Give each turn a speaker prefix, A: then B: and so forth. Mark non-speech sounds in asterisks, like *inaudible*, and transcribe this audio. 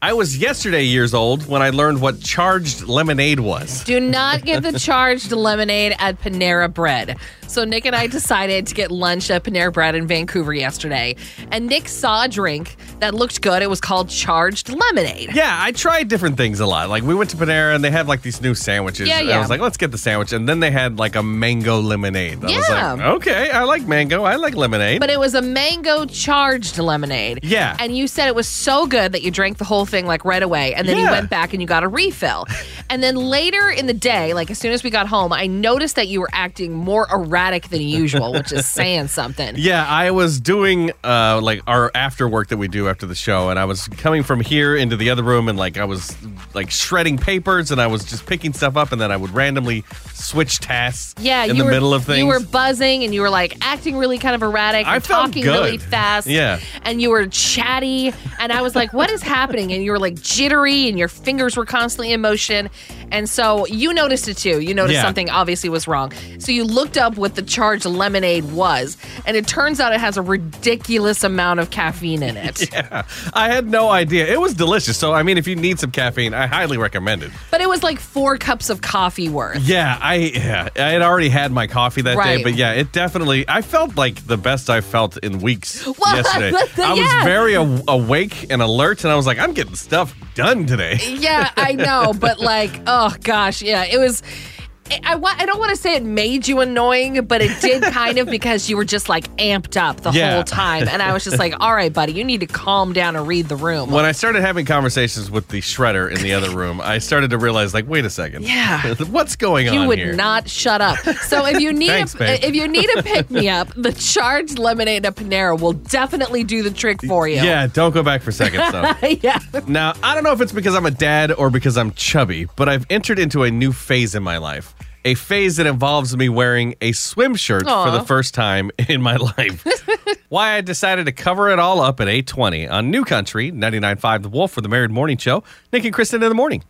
A: I was yesterday years old when I learned what charged lemonade was.
B: Do not get the charged lemonade at Panera Bread. So Nick and I decided to get lunch at Panera Bread in Vancouver yesterday, and Nick saw a drink that looked good. It was called charged lemonade.
A: Yeah, I tried different things a lot. Like we went to Panera and they had like these new sandwiches.
B: Yeah,
A: And I
B: yeah.
A: was like, let's get the sandwich. And then they had like a mango lemonade. I was
B: Yeah.
A: like, okay, I like mango. I like lemonade.
B: But it was a mango charged lemonade.
A: Yeah.
B: And you said it was so good that you drank the whole thing like right away. And then you
A: Yeah.
B: went back and you got a refill. and then later in the day, like as soon as we got home, I noticed that you were acting more erratic than usual, which is saying something.
A: yeah, I was doing uh, like our after work that we do after the show, and I was coming from here into the other room, and like I was like shredding papers, and I was just picking stuff up, and then I would randomly switch tasks.
B: Yeah,
A: in
B: you
A: the
B: were,
A: middle of things.
B: You were buzzing and you were like acting really kind of erratic
A: I
B: and
A: felt
B: talking
A: good.
B: really fast.
A: Yeah.
B: And you were chatty. And I was like, what is happening? And you were like jittery and your fingers were constantly in motion. And so you noticed it too. You noticed
A: Yeah.
B: something obviously was wrong. So you looked up what the charged lemonade was. And it turns out it has a ridiculous amount of caffeine in it.
A: *laughs* Yeah, I had no idea. It was delicious. So, I mean, if you need some caffeine, I highly recommend it.
B: But it was like four cups of coffee worth.
A: Yeah, I yeah, I had already had my coffee that
B: Right.
A: day, but yeah, it definitely. I felt like the best I felt in weeks
B: *laughs* Well,
A: yesterday. I
B: yeah.
A: was very a- awake and alert, and I was like, I'm getting stuff done today.
B: *laughs* Yeah, I know, but like, oh gosh, yeah, it was. I- I, wa- I don't want to say it made you annoying, but it did kind of because you were just like amped up the
A: Yeah.
B: whole time. And I was just like, all right, buddy, you need to calm down and read the room.
A: When I started having conversations with the shredder in the other room, I started to realize, like, wait a second,
B: Yeah.
A: *laughs* what's going
B: you
A: on
B: would
A: here?
B: not shut up. So if you need
A: Thanks,
B: a,
A: babe.
B: if you need a pick me up, the charged lemonade at Panera will definitely do the trick for you.
A: yeah, don't go back for seconds though.
B: *laughs* yeah.
A: Now, I don't know if it's because I'm a dad or because I'm chubby, but I've entered into a new phase in my life. A phase that involves me wearing a swim shirt for
B: Aw.
A: the first time *laughs* in my life. Why I decided to cover it all up at 820 on New Country, 99.5 The Wolf for the Married Morning Show, Nick and Kristen in the morning.